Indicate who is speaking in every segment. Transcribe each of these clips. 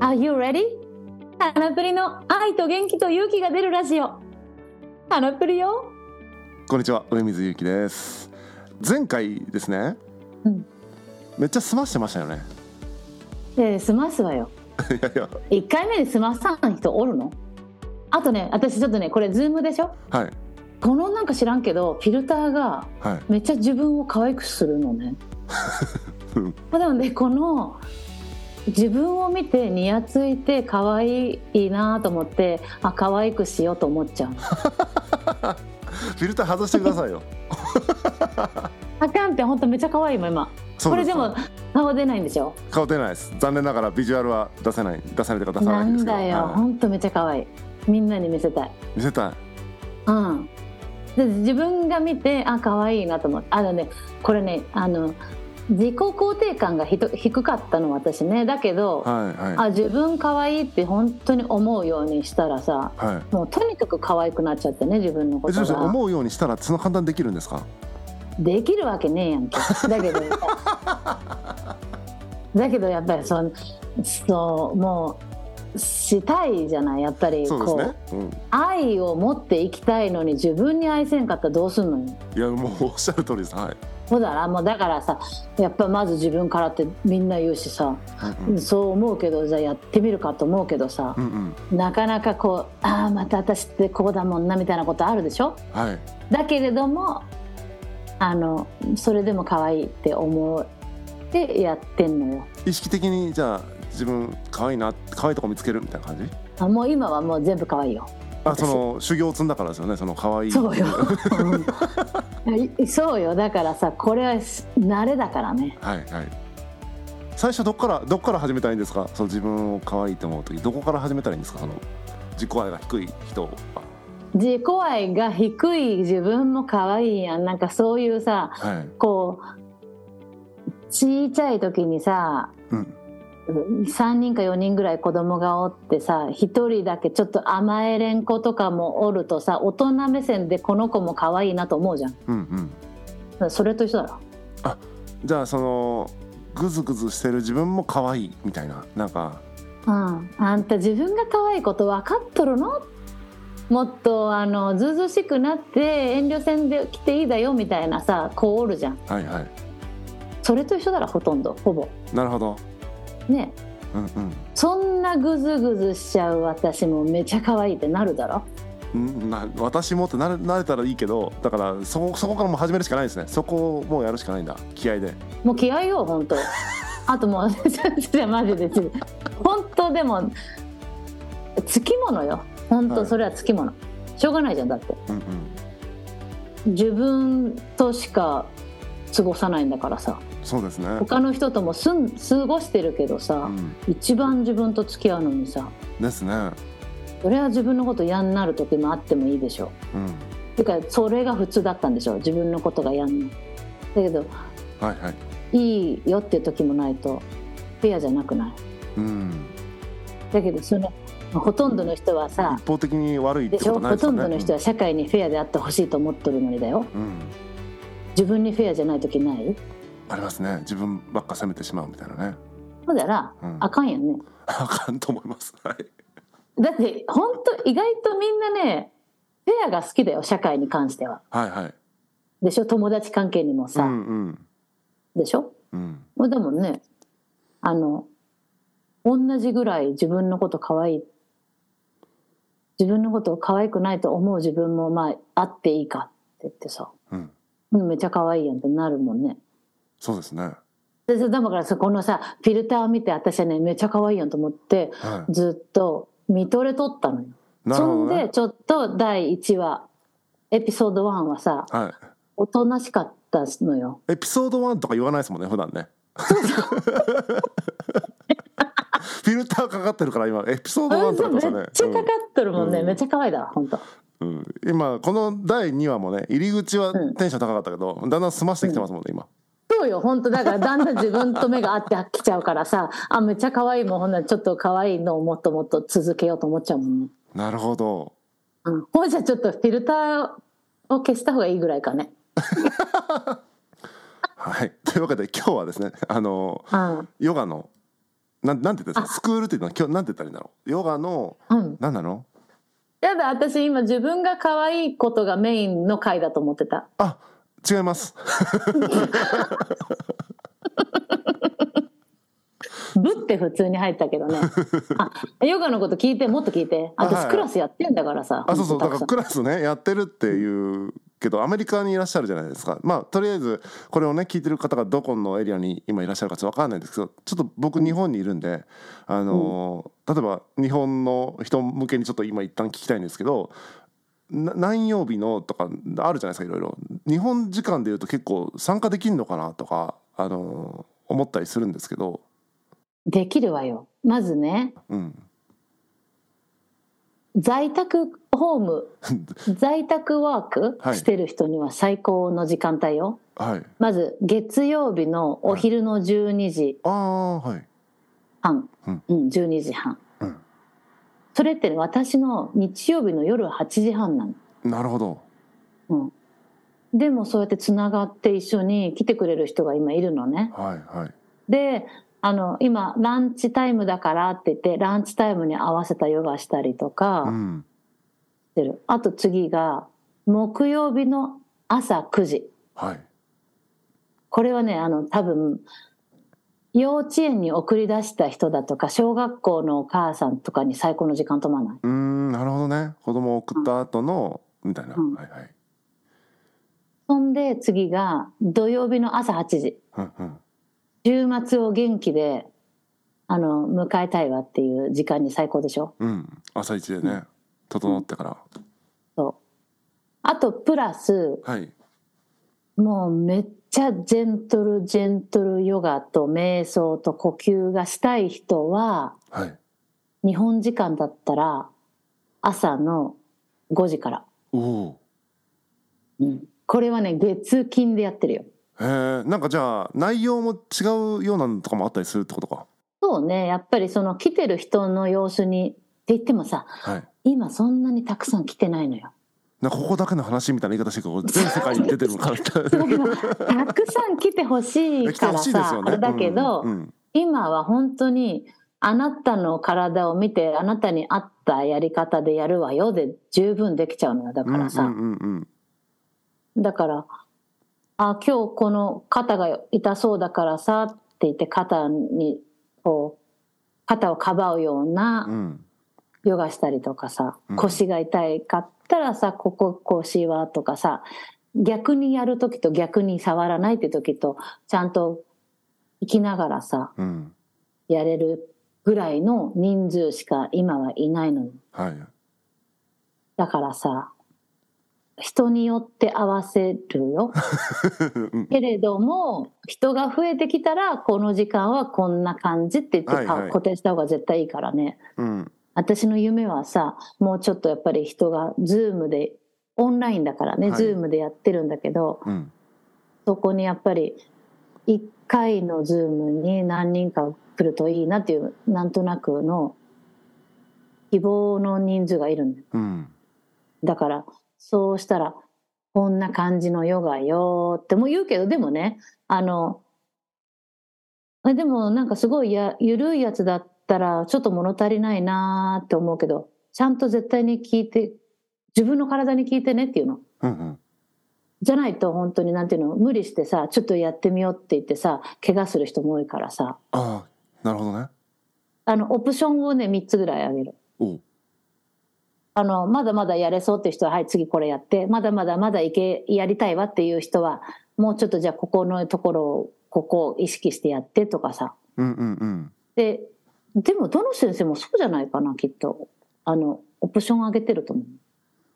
Speaker 1: Are you ready? ハナプリの愛と元気と勇気が出るラジオ。ハナプリよ。
Speaker 2: こんにちは上水ゆうきです前回ですね
Speaker 1: うん。
Speaker 2: めっちゃ済ましてましたよね
Speaker 1: で、済ますわよ。
Speaker 2: いやいや
Speaker 1: 一回目で済まさん人おるのあとね、私ちょっとね、これズームでしょ
Speaker 2: はい
Speaker 1: このなんか知らんけど、フィルターが
Speaker 2: はい
Speaker 1: めっちゃ自分を可愛くするの ね。
Speaker 2: うん
Speaker 1: まあでもね、この自分を見てニヤついて可愛いなと思って、あ、可愛くしようと思っちゃうの。
Speaker 2: フィルター外してくださいよ
Speaker 1: あかんって本当めっちゃ可愛いもん今。
Speaker 2: そ
Speaker 1: こ
Speaker 2: う
Speaker 1: れ
Speaker 2: す
Speaker 1: でも顔出ないんでしょ
Speaker 2: 顔出ないです残念ながらビジュアルは出せない出されてるか出さ
Speaker 1: な
Speaker 2: ないです
Speaker 1: ん
Speaker 2: けど
Speaker 1: だよ、
Speaker 2: は
Speaker 1: ほんとめっちゃ可愛いみんなに見せたい
Speaker 2: い見せたい
Speaker 1: うんで自分が見てあ可愛いなと思ってあのねこれねあの自己肯定感がひと低かったの私ねだけど、
Speaker 2: はいは
Speaker 1: あ自分可愛いって本当に思うようにしたらさ
Speaker 2: いはい
Speaker 1: もうとにかく可愛くなっちゃってね自分のこ
Speaker 2: えちょ
Speaker 1: と
Speaker 2: っと
Speaker 1: が
Speaker 2: 思うようにしたらその判断できるんですか
Speaker 1: できるわけねえやんけだけど だけどやっぱりそのそうもうしたいじゃないやっぱりこう
Speaker 2: そうですね、
Speaker 1: 愛を持っていきたいのに自分に愛せんかったらどうすんのよ
Speaker 2: うん、いやもうおっしゃる通りですはい、
Speaker 1: そうだなもうだからさやっぱまず自分からってみんな言うしさ、
Speaker 2: うん
Speaker 1: そう思うけどじゃあやってみるかと思うけどさ、
Speaker 2: うんうん
Speaker 1: なかなかこうああまた私ってこうだもんなみたいなことあるでしょ
Speaker 2: はい
Speaker 1: だけれどもあのそれでも可愛いって思ってやってんのよ
Speaker 2: 意識的にじゃあ自分可愛いな可愛いとこ見つけるみたいな感じ
Speaker 1: あもう今はもう全部可愛いよ
Speaker 2: あその修行を積んだからですよねその可愛い
Speaker 1: そうよ うんそうよだからさこれは慣れだからね
Speaker 2: はいはい最初どっからどっから始めたらいいんですかその自分を可愛いと思う時どこから始めたらいいんですかその自己愛が低い人は
Speaker 1: 自己愛が低い自分も可愛いやんなんかそういうさ
Speaker 2: はい
Speaker 1: こう小ちゃい時にさ
Speaker 2: うん
Speaker 1: 3人か4人ぐらい子供がおってさ1人だけちょっと甘えれん子とかもおるとさ大人目線でこの子も可愛いなと思うじゃ
Speaker 2: うんうん
Speaker 1: んそれと一緒だろ
Speaker 2: じゃあそのグズグズしてる自分も可愛いみたいななんか
Speaker 1: うん、あんた自分が可愛いこと分かっとるのもっとあのずうずうしくなって遠慮せんで来ていいだよみたいなさ子おるじゃん
Speaker 2: はいはい
Speaker 1: それと一緒だろほとんどほぼ
Speaker 2: なるほど
Speaker 1: ね
Speaker 2: うんうん
Speaker 1: そんなグズグズしちゃう私もめちゃ可愛いってなるだろ
Speaker 2: んな私もってなれなれたらいいけどだからそそこからもう始めるしかないですねそこをもうやるしかないんだ気合で
Speaker 1: もう気合いよ 本当あともう じゃマジで本当でもつきものよ本
Speaker 2: は
Speaker 1: 当
Speaker 2: い
Speaker 1: それはつきもの、しょうがないじゃんだって
Speaker 2: うんうん
Speaker 1: 自分としか過ごさないんだからさ
Speaker 2: そうですね
Speaker 1: 他の人ともすん過ごしてるけど
Speaker 2: う
Speaker 1: さ、
Speaker 2: ん
Speaker 1: 一番自分と付き合うのにさ
Speaker 2: ですね
Speaker 1: それは自分のこと嫌になる時もあってもいいでしょ
Speaker 2: うん
Speaker 1: てかそれが普通だったんでしょ自分のことが嫌になるだけど
Speaker 2: はいはい
Speaker 1: いいよっていう時もないとフェアじゃなくない
Speaker 2: うん
Speaker 1: だけどそのほとんどの人はさ、
Speaker 2: 一方的に悪いって
Speaker 1: で
Speaker 2: こ
Speaker 1: しょ
Speaker 2: とない
Speaker 1: ほ
Speaker 2: ですよ
Speaker 1: とん
Speaker 2: ね
Speaker 1: どの人は社会にフェアであってほしいと思っとるのにだよ
Speaker 2: うん、うん
Speaker 1: 自分にフェアじゃない時ない
Speaker 2: ありますね自分ばっか責めてしまうみたいなね、
Speaker 1: そうだら
Speaker 2: うん、
Speaker 1: あかんやんね
Speaker 2: あかんと思います はい
Speaker 1: だって本当意外とみんなねフェアが好きだよ社会に関しては
Speaker 2: はいはい
Speaker 1: でしょ友達関係にも
Speaker 2: う
Speaker 1: さ、
Speaker 2: んうん
Speaker 1: でしょ
Speaker 2: うん
Speaker 1: まあでもねあの同じぐらい自分のこと可愛い自分のことを可愛くないと思う自分もまああっていいかって言ってさ
Speaker 2: うん
Speaker 1: うんめっちゃ可愛いやんってなるもんね
Speaker 2: そうですね
Speaker 1: でそだからさこのさフィルターを見て私はねめっちゃ可愛いやんと思って
Speaker 2: は
Speaker 1: ずっと見とれとったのよ、
Speaker 2: いなる
Speaker 1: そん
Speaker 2: ほど
Speaker 1: で
Speaker 2: ね
Speaker 1: ちょっと第1話エピソード1はさ
Speaker 2: は
Speaker 1: おとなしかったのよ
Speaker 2: いエピソード1とか言わないですもんね普段ね フィルターかかってるから今エピソード1とか
Speaker 1: め
Speaker 2: で
Speaker 1: っ
Speaker 2: す
Speaker 1: ちゃ
Speaker 2: よね
Speaker 1: かかってるもんね、
Speaker 2: うん
Speaker 1: めっちゃ可愛いだわ本当
Speaker 2: うんうん今この第2話もね入り口はテンション高かったけど、だんだん済ましてきてますもんね今
Speaker 1: そうよ本当だからだんだん自分と目が合ってきちゃうからさ あめっちゃ可愛いもんほんならちょっと可愛いのをもっともっと続けようと思っちゃうもんね、
Speaker 2: なるほど
Speaker 1: うん、ほんじゃちょっとフィルターを消した方がいいぐらいかね
Speaker 2: はいというわけで今日はですねあの
Speaker 1: うん
Speaker 2: ヨガのなんなんて言ったんですか
Speaker 1: あ
Speaker 2: スクールっていうのは今日なんて言ったらいいんだろうヨガの
Speaker 1: うん。
Speaker 2: なんなの
Speaker 1: やだ、私今自分が可愛いことがメインの回だと思ってた。
Speaker 2: あ違います
Speaker 1: ぶって普通に入ったけど ね。あ、ヨガのこと聞いて、もっと聞いて。
Speaker 2: あはい
Speaker 1: 私クラスやってんだからさ。
Speaker 2: あそうそうだ
Speaker 1: た
Speaker 2: か
Speaker 1: く
Speaker 2: ら
Speaker 1: さん
Speaker 2: クラスねやってるっていうけどアメリカにいらっしゃるじゃないですかまあとりあえずこれをね聞いてる方がどこのエリアに今いらっしゃるかちょっと分かんないですけどちょっと僕日本にいるんであのー、例えば日本の人向けにちょっと今一旦聞きたいんですけどな何曜日のとかあるじゃないですかいろいろ日本時間でいうと結構参加できるのかなとか、あのー思ったりするんですけど、
Speaker 1: できるわよ。まずね、
Speaker 2: うん、
Speaker 1: 在宅ホー ム、在宅ワーク
Speaker 2: はい
Speaker 1: してる人には最高の時間帯よ。
Speaker 2: はい
Speaker 1: まず月曜日のお昼の12時
Speaker 2: ああはい
Speaker 1: 半、
Speaker 2: うん
Speaker 1: うん12時半、
Speaker 2: うん
Speaker 1: それってね私の日曜日の夜8時半なの、
Speaker 2: なるほど
Speaker 1: うん、でもそうやってつながって一緒に来てくれる人が今いるのね
Speaker 2: はいはい
Speaker 1: であの今ランチタイムだからって言ってランチタイムに合わせたヨガしたりと
Speaker 2: う
Speaker 1: か
Speaker 2: ん
Speaker 1: してる、あと次が木曜日の朝9時
Speaker 2: はい
Speaker 1: これはねあの多分幼稚園に送り出した人だとか小学校のお母さんとかに最高の時間止まないう
Speaker 2: ーんなるほどね子供を送った後の、みたいな、
Speaker 1: うん
Speaker 2: はいはい、
Speaker 1: そんで次が土曜日の朝8時
Speaker 2: うんうん、
Speaker 1: 週末を元気であの迎えたいわっていう時間に最高でしょ
Speaker 2: うん、朝一でね、整ってから、
Speaker 1: そうあとプラス
Speaker 2: はい
Speaker 1: もうめっちゃジェントルジェントルヨガと瞑想と呼吸がしたい人は
Speaker 2: はい
Speaker 1: 日本時間だったら朝の5時から
Speaker 2: おお
Speaker 1: うんこれはね月金でやってるよ
Speaker 2: へえなんかじゃあ内容も違うようなのとかもあったりするってことか
Speaker 1: そうねやっぱりその来てる人の様子にって言ってもさ
Speaker 2: はい
Speaker 1: 今そんなにたくさん来てないの よ
Speaker 2: なんかここだけの話みたいな言い方してるから全世界に出てるのかなって
Speaker 1: だけどたくさん来てほしい
Speaker 2: 来て
Speaker 1: から
Speaker 2: ほしいです
Speaker 1: さ、
Speaker 2: よ
Speaker 1: あ
Speaker 2: ね
Speaker 1: れだけど、
Speaker 2: うんうん
Speaker 1: 今は本当にあなたの体を見てあなたに合ったやり方でやるわよで十分できちゃうのよだ
Speaker 2: うん、
Speaker 1: からさ、
Speaker 2: うんうんうん
Speaker 1: だからあ今日この肩が痛そうだからさって言って肩にこう肩をかばうような、
Speaker 2: うんうん
Speaker 1: ヨガしたりとかさ
Speaker 2: うん
Speaker 1: 腰が痛いかったらさここ腰はとかさ逆にやる時と逆に触らないって時とちゃんと生きながらさ
Speaker 2: うん
Speaker 1: やれるぐらいの人数しか今はいないのに
Speaker 2: はい
Speaker 1: だからさ人によって合わせるよ
Speaker 2: うん
Speaker 1: けれども人が増えてきたらこの時間はこんな感じって言って、
Speaker 2: はいはい
Speaker 1: 固定した方が絶対いいからね。
Speaker 2: うん
Speaker 1: 私の夢はさもうちょっとやっぱり人がズームでオンラインだからね、
Speaker 2: はい
Speaker 1: ズームでやってるんだけど
Speaker 2: うん
Speaker 1: そこにやっぱり1回のズームに何人か来るといいなっていうなんとなくの希望の人数がいるんだよ
Speaker 2: うん
Speaker 1: だからそうしたらこんな感じのヨガよっても言うけどでもねあのえでもなんかすごいや緩いやつだったらちょっと物足りないなーって思うけどちゃんと絶対に聞いて自分の体に聞いてねっていうの
Speaker 2: うんうん
Speaker 1: じゃないと本当になんていうの無理してさちょっとやってみようって言ってさ怪我する人も多いからさ
Speaker 2: ああなるほどね
Speaker 1: あのオプションをね3つぐらいあげる。
Speaker 2: おう
Speaker 1: あの、まだまだやれそうっていう人は、はい、次これやって、まだまだまだいけ、やりたいわっていう人は、もうちょっとじゃあここのところを、ここを意識してやってとかさ。
Speaker 2: うんうんうん
Speaker 1: で、でもどの先生もそうじゃないかな、きっと。あの、オプション上げてると思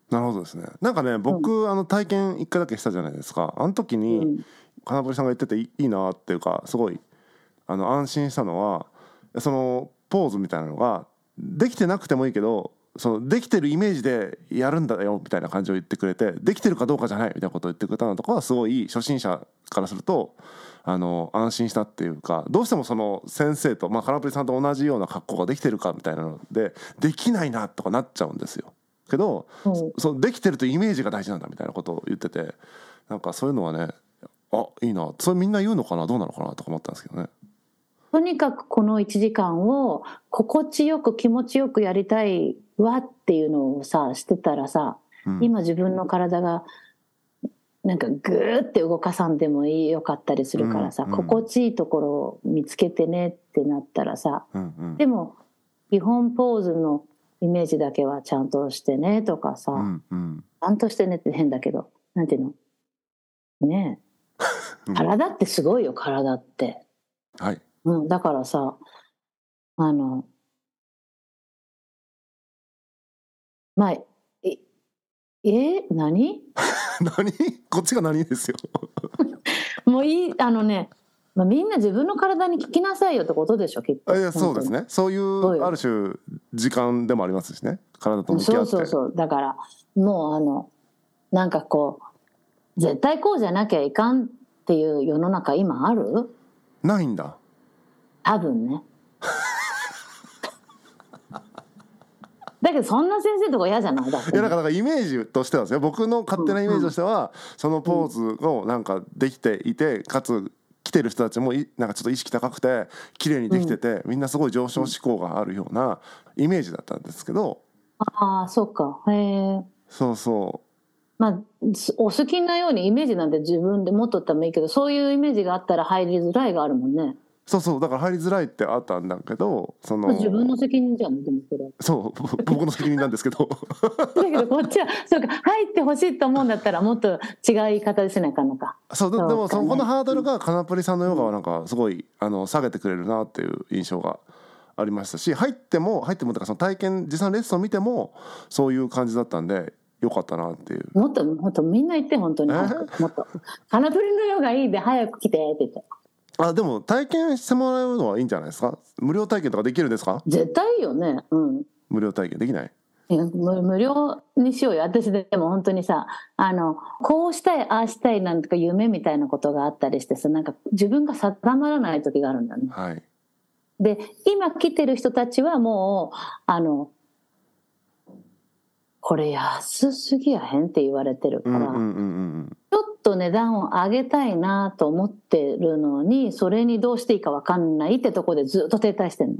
Speaker 2: なるほどですねなんかね僕、あの体験一回だけしたじゃないですかあの時
Speaker 1: う。
Speaker 2: に、
Speaker 1: うん
Speaker 2: 金堀さんが言ってていいいなっていうかすごいあの安心したのはそのポーズみたいなのができてなくてもいいけどそのできてるイメージでやるんだよみたいな感じを言ってくれてできてるかどうかじゃないみたいなことを言ってくれたのとかはすごい初心者からするとあの安心したっていうかどうしてもその先生と、まあ、金堀さんと同じような格好ができてるかみたいなのでできないなとかなっちゃうんですよ。けど
Speaker 1: うん
Speaker 2: そのできてるというイメージが大事なんだみたいなことを言っててなんかそういうのはねあいいなそれみんな言うのかなどうなのかなとか思ったんですけどね
Speaker 1: とにかくこの1時間を心地よく気持ちよくやりたいわっていうのをさしてたらさ
Speaker 2: うん
Speaker 1: 今自分の体がなんかグーって動かさんでもいいよかったりするからさ、
Speaker 2: うんうん
Speaker 1: 心地いいところを見つけてねってなったらさ
Speaker 2: うんうん
Speaker 1: でも基本ポーズのイメージだけはちゃんとしてねとかさ、
Speaker 2: うんうん
Speaker 1: ちゃんとしてねって変だけどなんていうのねえ
Speaker 2: うん
Speaker 1: 体ってすごいよ体って。
Speaker 2: はい
Speaker 1: うん、だからさあのまあいえ何
Speaker 2: 何こっちが何です よ
Speaker 1: もういいあのね、まあ、みんな自分の体に聞きなさいよってことでしょきっ
Speaker 2: あ
Speaker 1: と
Speaker 2: いやそうですねそうい
Speaker 1: そう
Speaker 2: う
Speaker 1: よ
Speaker 2: ある種時間でもありますしね体と
Speaker 1: 本当
Speaker 2: 向き
Speaker 1: に
Speaker 2: 合
Speaker 1: うん
Speaker 2: って
Speaker 1: そうそうそうだからもうあのなんかこう絶対こうじゃなきゃいかんっていう世の中今ある
Speaker 2: ないんだ
Speaker 1: 多分ねだけどそんな先生とか嫌じゃないだって
Speaker 2: いやなんかなんかイメージとしてはですよ僕の勝手なイメージとしては、そのポーズをなんかできていてかつ来てる人たちもいなんかちょっと意識高くて綺麗にできてて、みんなすごい上昇志向があるようなイメージだったんですけど
Speaker 1: ああ、そうか。へえ。
Speaker 2: そうそ
Speaker 1: まあ、すお好きなようにイメージなんて自分で持っとったもいいけど、そういうイメージがあったら入りづらいがあるもんね。
Speaker 2: うそうそうだから入りづらいってあったんだけどその
Speaker 1: 自分の責任じゃん、でもそれ。
Speaker 2: そうぼ僕の責任なんですけど
Speaker 1: だけどこっちは、 そうか、入ってほしいと思うんだったらもっと違う言い方でせなあかんのか。
Speaker 2: そうで
Speaker 1: そうかね
Speaker 2: でもそのこのハードルがカナプリさんのヨガはなんかすごいあの下げてくれるなっていう印象がありましたし入っても入ってもとかその体験実際のレッスンを見てもそういう感じだったんでよかったなっていう
Speaker 1: もっと、もっとみんな言って、本当に早く。もっと。カナプリの世がいいで早く来てって言って。
Speaker 2: あでも体験してもらうのはいいんじゃないですか無料体験とかできるんですか
Speaker 1: 絶対いいよね。うん。
Speaker 2: 無料体験できない
Speaker 1: いや無無料にしようよ私でも本当にさあのこうしたいああしたいなんとか夢みたいなことがあったりしてさなんか自分が定まらない時があるんだね。
Speaker 2: はい
Speaker 1: で今来てる人たちはもうあのこれ安すぎやへんって言われてるか
Speaker 2: う
Speaker 1: ら、
Speaker 2: んうんうんうん
Speaker 1: ちょっと値段を上げたいなと思ってるのにそれにどうしていいか分かんないってとこでずっと停滞してる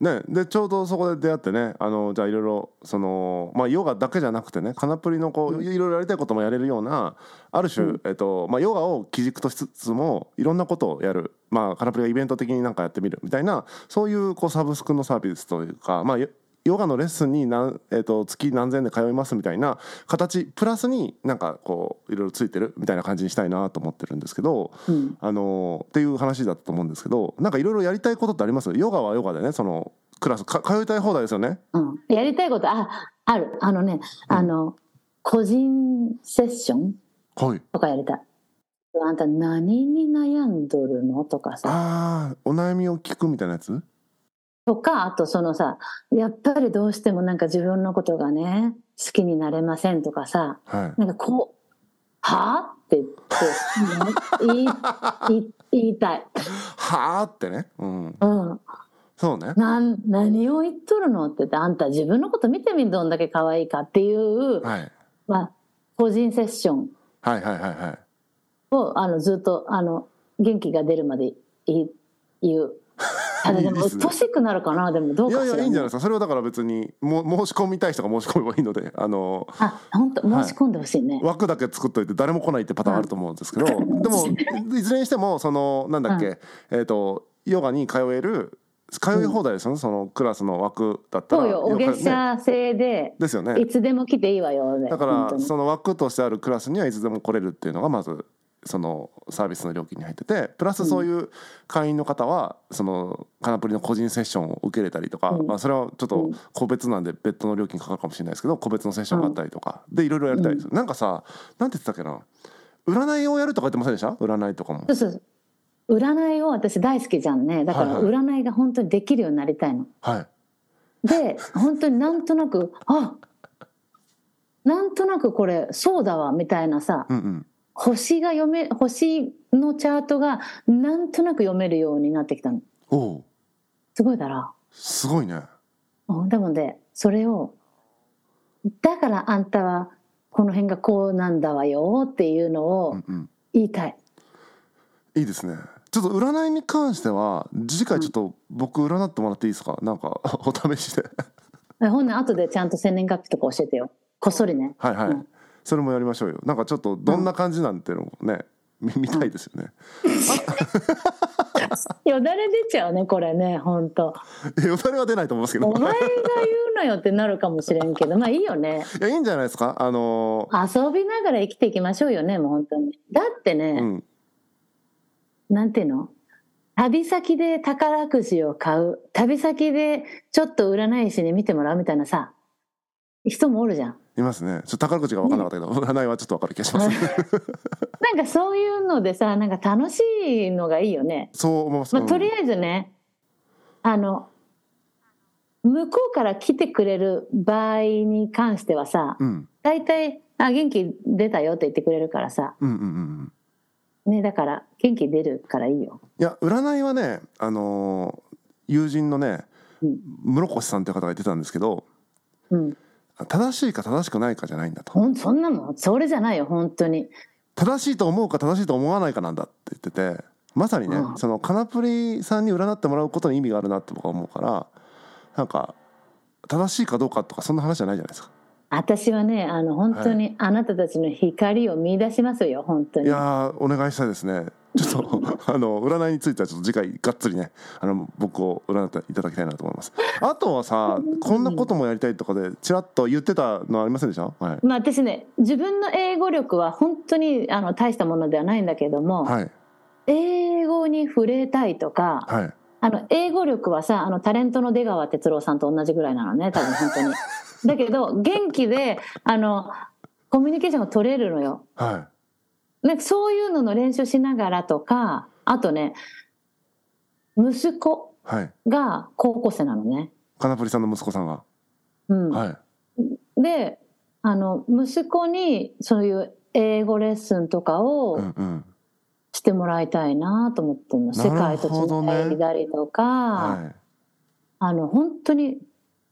Speaker 1: の。
Speaker 2: ね、でちょうどそこで出会ってねあのじゃあいろいろその、まあ、ヨガだけじゃなくてねカナプリのこういろいろやりたいこともやれるようなある種、
Speaker 1: うん
Speaker 2: えっとまあ、ヨガを基軸としつつもいろんなことをやる、まあ、カナプリがイベント的になんかやってみるみたいなそういうこうサブスクのサービスというか、まあ、ヨヨガのレッスンに何、えっと月何千円で通いますみたいな形プラスになんかこういろいろついてるみたいな感じにしたいなと思ってるんですけど。
Speaker 1: うん
Speaker 2: あのっていう話だったと思うんですけどなんかいろいろやりたいことってありますヨガはヨガでねそのクラスか通いたい放題ですよね
Speaker 1: うん、やりたいことああるあのね、あの個人セッション
Speaker 2: はい
Speaker 1: とかやりたいあんた何に悩んどるのとかさ
Speaker 2: ああお悩みを聞くみたいなやつ
Speaker 1: とかあとそのさやっぱりどうしてもなんか自分のことがね好きになれませんとかさ
Speaker 2: はい
Speaker 1: なんかこう「はあ?」って言って 言い言い言いたい、
Speaker 2: はあってねうん
Speaker 1: うん、
Speaker 2: そうね
Speaker 1: なん何を言っとるのって言ってあんた自分のこと見てみどんだけ可愛いかっていう、
Speaker 2: はい
Speaker 1: まあ、個人セッション
Speaker 2: はいはいはいはい
Speaker 1: をあのずっとあの元気が出るまでい言 う。あのでも
Speaker 2: いいっ
Speaker 1: う
Speaker 2: す
Speaker 1: っ
Speaker 2: ね
Speaker 1: としくなるかなでもどう
Speaker 2: い
Speaker 1: か
Speaker 2: やい
Speaker 1: しら、
Speaker 2: やいいんじゃないですかそれはだから別にも申し込みたい人が申し込めばいいのであの
Speaker 1: あ本当
Speaker 2: はい
Speaker 1: 申し込んでほしいね、
Speaker 2: 枠だけ作っといて誰も来ないってパターンあると思うん ですけど、
Speaker 1: うん
Speaker 2: でもいずれにしてもそのなんだっけ、
Speaker 1: う
Speaker 2: えっ、とヨガに通える通い放題ですよね、そのクラスの枠だったら。
Speaker 1: そうよお
Speaker 2: よ
Speaker 1: 月
Speaker 2: くね
Speaker 1: 謝制で、
Speaker 2: ですよね
Speaker 1: いつでも来ていいわよで
Speaker 2: だか
Speaker 1: 本当
Speaker 2: ら
Speaker 1: に
Speaker 2: その枠としてあるクラスにはいつでも来れるっていうのがまずそのサービスの料金に入っててプラスそういう会員の方はそのカナプリの個人セッションを受けれたりとか、
Speaker 1: うん
Speaker 2: まあ、それはちょっ
Speaker 1: う
Speaker 2: と
Speaker 1: ん
Speaker 2: 個別なんで別途の料金かかるかもしれないですけど個別のセッションがあったりとかでいろいろやりたいです、なんかさなんて言ってたっけな占いをやるとか言ってませんでした占いとかも
Speaker 1: そうそうそう占いを私大好きじゃんねだか
Speaker 2: は
Speaker 1: ら
Speaker 2: いは
Speaker 1: 占いが本当にできるようになりたいの、
Speaker 2: はい
Speaker 1: で本当になんとなくあなんとなくこれそうだわみたいなさ
Speaker 2: うんうん
Speaker 1: 星が読め星のチャートがなんとなく読めるようになってきたの
Speaker 2: おお
Speaker 1: すごいだろ
Speaker 2: すごいね
Speaker 1: うんでもねそれをだからあんたはこの辺がこうなんだわよっていうの
Speaker 2: う
Speaker 1: を
Speaker 2: んうん
Speaker 1: 言いたい、
Speaker 2: いいですねちょっと占いに関しては次回ちょっと僕占ってもらっていいですかなんか お試しで
Speaker 1: えほんな後でちゃんと生年月日とか教えてよこっそりね
Speaker 2: はいはい、
Speaker 1: うん
Speaker 2: それもやりましょうよなんかちょっとどんな感じなんていうのもね、み見たいですよね、
Speaker 1: よだれ出ちゃうねこれねほんと
Speaker 2: えよだれは出ないと思いますけど
Speaker 1: お前が言うのよってなるかもしれんけどまあいいよね
Speaker 2: いやいいんじゃないですかあの
Speaker 1: 遊びながら生きていきましょうよねもう本当にだってね、
Speaker 2: ーうん
Speaker 1: なんていうの旅先で宝くじを買う旅先でちょっと占い師に見てもらうみたいなさ人もおるじゃん
Speaker 2: いますねちょっと宝くじが分からなかったけど、占いはちょっと分かる気がします、ね、
Speaker 1: なんかそういうのでさなんか楽しいのがいいよね、
Speaker 2: そう思います、
Speaker 1: まあ、
Speaker 2: うん
Speaker 1: とりあえずねあの向こうから来てくれる場合に関してはさ
Speaker 2: うん
Speaker 1: 大体「あ元気出たよ」って言ってくれるからさ
Speaker 2: うんうんうん
Speaker 1: ねだから元気出るからいいよ
Speaker 2: いや占いはねあのー友人のね
Speaker 1: うん
Speaker 2: 室越さんという方が言ってたんですけど
Speaker 1: うん
Speaker 2: 正しいか正しくないかじゃないんだと
Speaker 1: ほんそんなもんそれじゃないよ本当に
Speaker 2: 正しいと思うか正しいと思わないかなんだって言っててまさにね、
Speaker 1: うん
Speaker 2: そのカナプリさんに占ってもらうことに意味があるなって僕は思うからなんか正しいかどうかとかそんな話じゃないじゃないですか。
Speaker 1: 私はねあの本当にあなたたちの光を見出しますよ本当
Speaker 2: い
Speaker 1: に
Speaker 2: やーお願いしたいですねちょっと あの占いについてはちょっと次回がっつりねあの僕を占っていただきたいなと思いますあとはさこんなこともやりたいとかでちらっと言ってたのありませんでしたはい、
Speaker 1: まあ私ね自分の英語力は本当にあの大したものではないんだけども、
Speaker 2: はい
Speaker 1: 英語に触れたいとか、
Speaker 2: はい、
Speaker 1: あの英語力はさあのタレントの出川哲朗さんと同じぐらいなのね多分本当に だけど元気であのコミュニケーションが取れるのよ
Speaker 2: はい
Speaker 1: なんかそういうのの練習しながらとかあとね息子
Speaker 2: はい
Speaker 1: が高校生なのね
Speaker 2: カナプリさんの息子さんが、
Speaker 1: うん、
Speaker 2: はい
Speaker 1: であの息子にそういう英語レッスンとか
Speaker 2: うん
Speaker 1: を
Speaker 2: うん
Speaker 1: してもらいたいなと思ってるの、世
Speaker 2: な
Speaker 1: 界
Speaker 2: る
Speaker 1: と
Speaker 2: ほ
Speaker 1: つ
Speaker 2: どね
Speaker 1: ないだりとか、
Speaker 2: はい
Speaker 1: あの本当に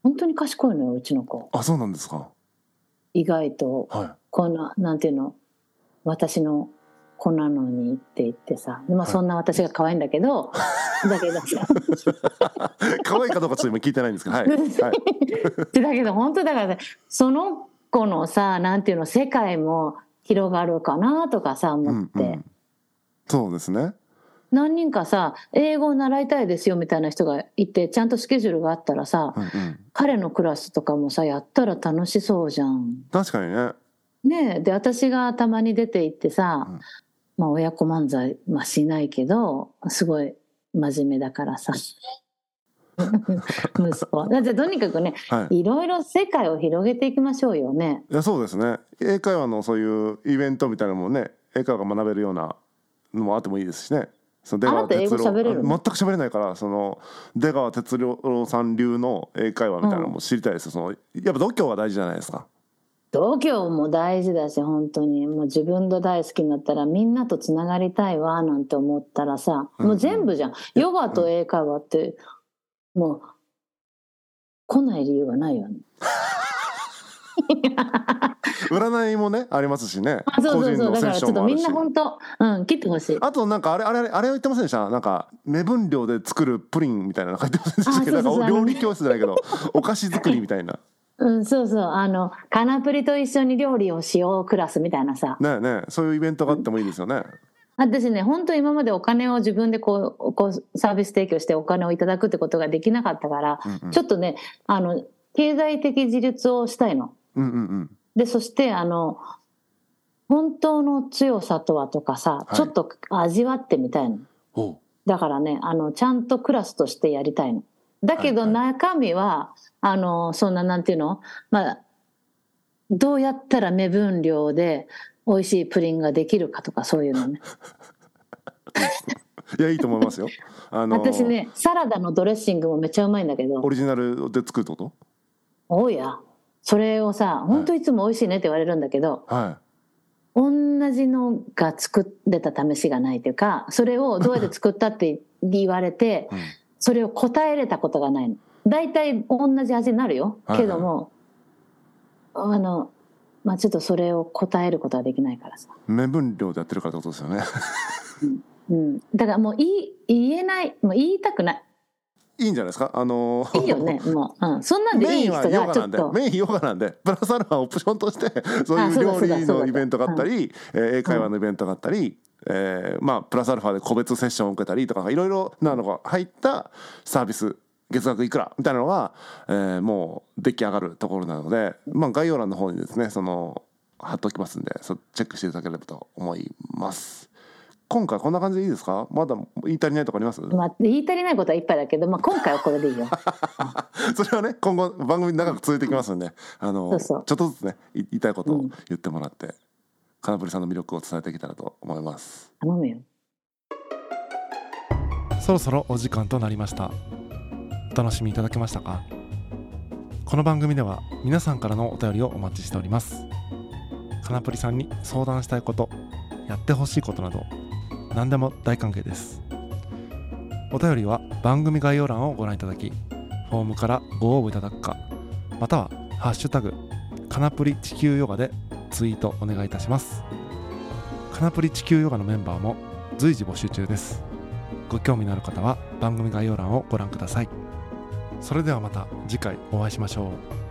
Speaker 1: 本当に賢いのようちの子
Speaker 2: あそうなんですか
Speaker 1: 意外と
Speaker 2: は
Speaker 1: こんななんていうの私の子なのにって言ってさ、まあ、そんな私が可愛いんだけ ど、だけどさ
Speaker 2: い可愛いかどうかちょっと今聞いてないんですけどはい、はい、
Speaker 1: だけど本当だからねその子のさなんていうの世界も広がるかなとかさ思って。
Speaker 2: うんうんそうですね
Speaker 1: 何人かさ英語を習いたいですよみたいな人がいてちゃんとスケジュールがあったらさ、
Speaker 2: うんうん
Speaker 1: 彼のクラスとかもさやったら楽しそうじゃん。
Speaker 2: 確かにね
Speaker 1: ねえで私がたまに出て行ってさ、
Speaker 2: うん
Speaker 1: まあ、親子漫才、まあ、しないけどすごい真面目だから さ息子はだってとにかくね
Speaker 2: はい
Speaker 1: いろいろ世界を広げていきましょうよね。
Speaker 2: いやそうですね英会話のそういうイベントみたいなのもね英会話が学べるようなのもあってもいいですしねその出
Speaker 1: あなた英語
Speaker 2: 哲朗
Speaker 1: 喋れるの
Speaker 2: あ全く喋れないからその出川哲朗さん流の英会話みたいなのも知りたいです、そのやっぱ度胸は大事じゃないですか
Speaker 1: 度胸も大事だし本当にもう自分が大好きになったらみんなとつながりたいわなんて思ったらさ
Speaker 2: うん
Speaker 1: もう全部じゃん、ヨガと英会話ってもう来ない理由がないよね。
Speaker 2: 占いもねありますしね
Speaker 1: あそうそうそう
Speaker 2: 個人の
Speaker 1: だ
Speaker 2: セ
Speaker 1: か
Speaker 2: ッ
Speaker 1: ら
Speaker 2: シ
Speaker 1: ち
Speaker 2: ョ
Speaker 1: ょっ
Speaker 2: ン
Speaker 1: と
Speaker 2: もあ
Speaker 1: み
Speaker 2: る
Speaker 1: ん
Speaker 2: し
Speaker 1: な本当うん切ってほしい。
Speaker 2: あとなんかあれあれあれあれを言ってませんでしたなんか目分量で作るプリンみたいなの書いてませんでしたっけ
Speaker 1: あそうそうそう
Speaker 2: なんかお料理教室じゃないけど お菓子作りみたいな
Speaker 1: うんそうそうあのカナプリと一緒に料理をしようクラスみたいなさ。
Speaker 2: ねえねえそういうイベントがあってもいいですよね、
Speaker 1: 私ね本当今までお金を自分でこうこうサービス提供してお金をいただくってことができなかったから、
Speaker 2: うんうん
Speaker 1: ちょっとねあの経済的自立をしたいの。
Speaker 2: うんうんうん
Speaker 1: でそしてあの本当の強さとはとかさ、
Speaker 2: はい
Speaker 1: ちょっと味わってみたいの
Speaker 2: おう
Speaker 1: だからねあのちゃんとクラスとしてやりたいのだけど
Speaker 2: はいは
Speaker 1: 中身は、あのそんななんていうのまあどうやったら目分量で美味しいプリンができるかとかそういうのね
Speaker 2: いやいいと思いますよ。あの
Speaker 1: 私ねサラダのドレッシングもめちゃうまいんだけど
Speaker 2: オリジナルで作るってこと？
Speaker 1: おやそれをさ本当いつも美味しいねって言われるんだけど、
Speaker 2: は
Speaker 1: 同じのが作れた試しがないというかそれをどうやって作ったって言われて
Speaker 2: い。うん
Speaker 1: それを答えれたことがないの大体同じ味になるよ
Speaker 2: はいはい
Speaker 1: けども、あのまあちょっとそれを答えることはできないからさ
Speaker 2: 目分量でやってるからってことですよね。
Speaker 1: うん、だからもう言い言えないもう言いたくない
Speaker 2: いいんじゃないですかあのー
Speaker 1: いいよ ねもう、うん、そんなんで
Speaker 2: メ
Speaker 1: いい
Speaker 2: イン
Speaker 1: 人
Speaker 2: はヨ
Speaker 1: が
Speaker 2: ガ
Speaker 1: ち
Speaker 2: な
Speaker 1: ょっ
Speaker 2: んで
Speaker 1: と
Speaker 2: メインヨガなんでプラスアルファオプションとして そう
Speaker 1: あ
Speaker 2: い
Speaker 1: そううだ
Speaker 2: 料
Speaker 1: そうだ
Speaker 2: 理
Speaker 1: そう
Speaker 2: の
Speaker 1: だ
Speaker 2: イベントがあったり、えー英会話のイベントがあったり、えーまあプラスアルファで個別セッションを受けたりとかいろいろなのが入ったサービス月額いくらみたいなのは、えーもう出来上がるところなので、まあ、概要欄の方にですねその貼っておきますんでそチェックしていただければと思います。今回こんな感じでいいですかまだ言い足りないとかあります
Speaker 1: まあ、言い足りないことはいっぱいだけど、まあ、今回はこれでいいよ
Speaker 2: それはね今後番組長く続いていきますんであの
Speaker 1: そうそう
Speaker 2: ちょっとずつねい言いたいこと
Speaker 1: う
Speaker 2: を
Speaker 1: ん
Speaker 2: 言ってもらって、金堀さんの魅力を伝えていけたらと思います
Speaker 1: 頼むよ
Speaker 3: そろそろお時間となりましたお楽しみいただけましたかこの番組では皆さんからのお便りをお待ちしておりますかなぷりさんに相談したいことやってほしいことなど何でも大歓迎ですお便りは番組概要欄をご覧いただきフォームからご応募いただくかまたは「ハッシュタグかなぷり地球ヨガ」でツイートお願いいたしますかなぷり地球ヨガのメンバーも随時募集中ですご興味のある方は番組概要欄をご覧くださいそれではまた次回お会いしましょう